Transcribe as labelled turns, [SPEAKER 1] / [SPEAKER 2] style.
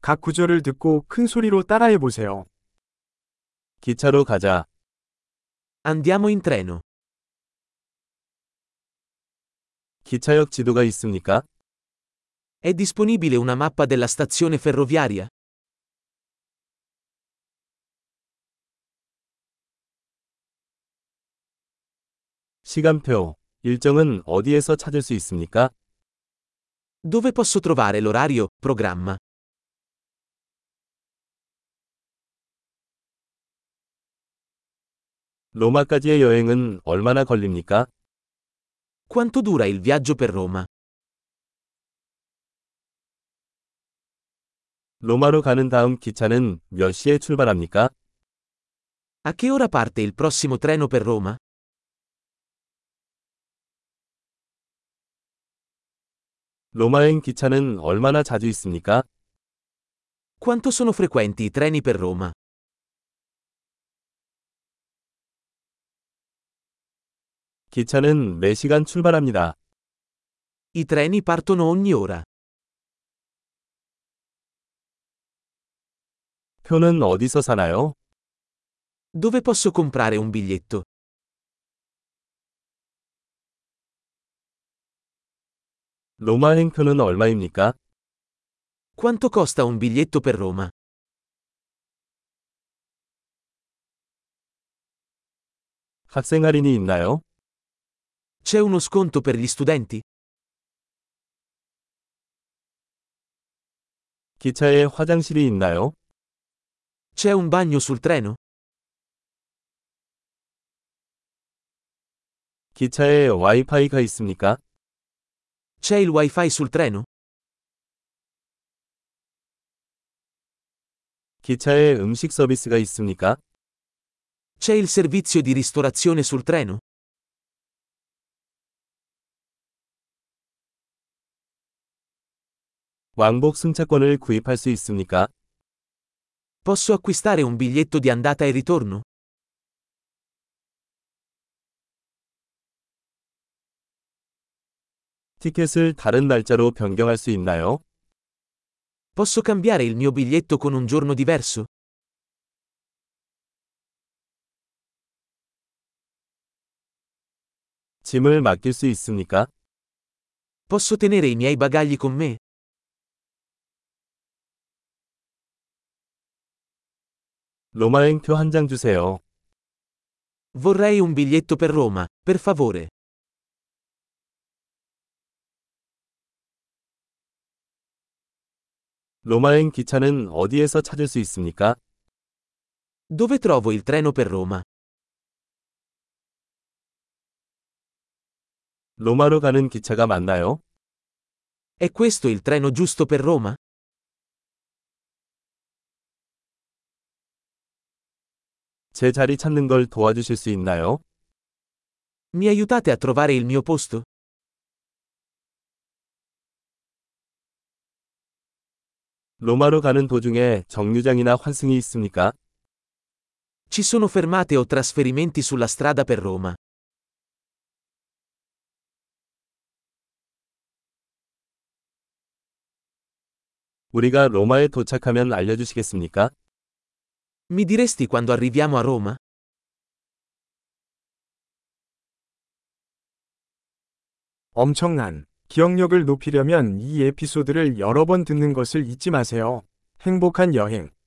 [SPEAKER 1] 각 구절을 듣고 큰 소리로 따라해 보세요.
[SPEAKER 2] 기차로 가자.
[SPEAKER 3] Andiamo in treno.
[SPEAKER 2] 기차역 지도가 있습니까?
[SPEAKER 3] È disponibile una mappa della stazione ferroviaria?
[SPEAKER 2] 시간표, 일정은 어디에서 찾을 수 있습니까?
[SPEAKER 3] Dove posso trovare l'orario, programma?
[SPEAKER 2] 로마까지의 여행은 얼마나 걸립니까?
[SPEAKER 3] Quanto dura il viaggio per Roma?
[SPEAKER 2] 로마로 가는 다음 기차는 몇 시에 출발합니까?
[SPEAKER 3] A che ora parte il prossimo treno per Roma?
[SPEAKER 2] 로마행 기차는 얼마나 자주 있습니까?
[SPEAKER 3] Quanto sono frequenti i treni per Roma?
[SPEAKER 2] 기차는 매시간 출발합니다.
[SPEAKER 3] I treni partono ogni ora.
[SPEAKER 2] 표는 어디서 사나요?
[SPEAKER 3] Dove posso comprare un biglietto?
[SPEAKER 2] 로마행 표는 얼마입니까?
[SPEAKER 3] Quanto costa un biglietto per Roma?
[SPEAKER 2] 학생 할인이 있나요?
[SPEAKER 3] C'è uno sconto per gli studenti?
[SPEAKER 2] 기차에 화장실이 있나요?
[SPEAKER 3] C'è un bagno sul treno?
[SPEAKER 2] 기차에 와이파이가 있습니까?
[SPEAKER 3] C'è il wifi sul treno?
[SPEAKER 2] 기차에 음식 서비스가 있습니까?
[SPEAKER 3] C'è il servizio di ristorazione sul treno?
[SPEAKER 2] 왕복 승차권을 구입할 수 있습니까?
[SPEAKER 3] Posso acquistare un biglietto di andata e ritorno?
[SPEAKER 2] 티켓을 다른 날짜로 변경할 수 있나요?
[SPEAKER 3] Posso cambiare il mio biglietto con un giorno diverso?
[SPEAKER 2] 짐을 맡길 수 있습니까?
[SPEAKER 3] Posso tenere i miei bagagli con me?
[SPEAKER 2] 로마행 표 한 장 주세요.
[SPEAKER 3] Vorrei un biglietto per Roma, per favore.
[SPEAKER 2] 로마행 기차는 어디에서 찾을 수 있습니까?
[SPEAKER 3] Dove trovo il treno per Roma?
[SPEAKER 2] 로마로 가는 기차가 맞나요?
[SPEAKER 3] È questo il treno giusto per Roma?
[SPEAKER 2] 제 자리 찾는 걸 도와주실 수 있나요?
[SPEAKER 3] Mi aiutate a trovare il mio posto?
[SPEAKER 2] 로마로 가는 도중에 정류장이나 환승이 있습니까?
[SPEAKER 3] Ci sono fermate o trasferimenti sulla strada per Roma?
[SPEAKER 2] 우리가 로마에 도착하면 알려주시겠습니까?
[SPEAKER 3] Mi diresti quando arriviamo a Roma?
[SPEAKER 1] 엄청난 기억력을 높이려면 이 에피소드를 여러 번 듣는 것을 잊지 마세요. 행복한 여행.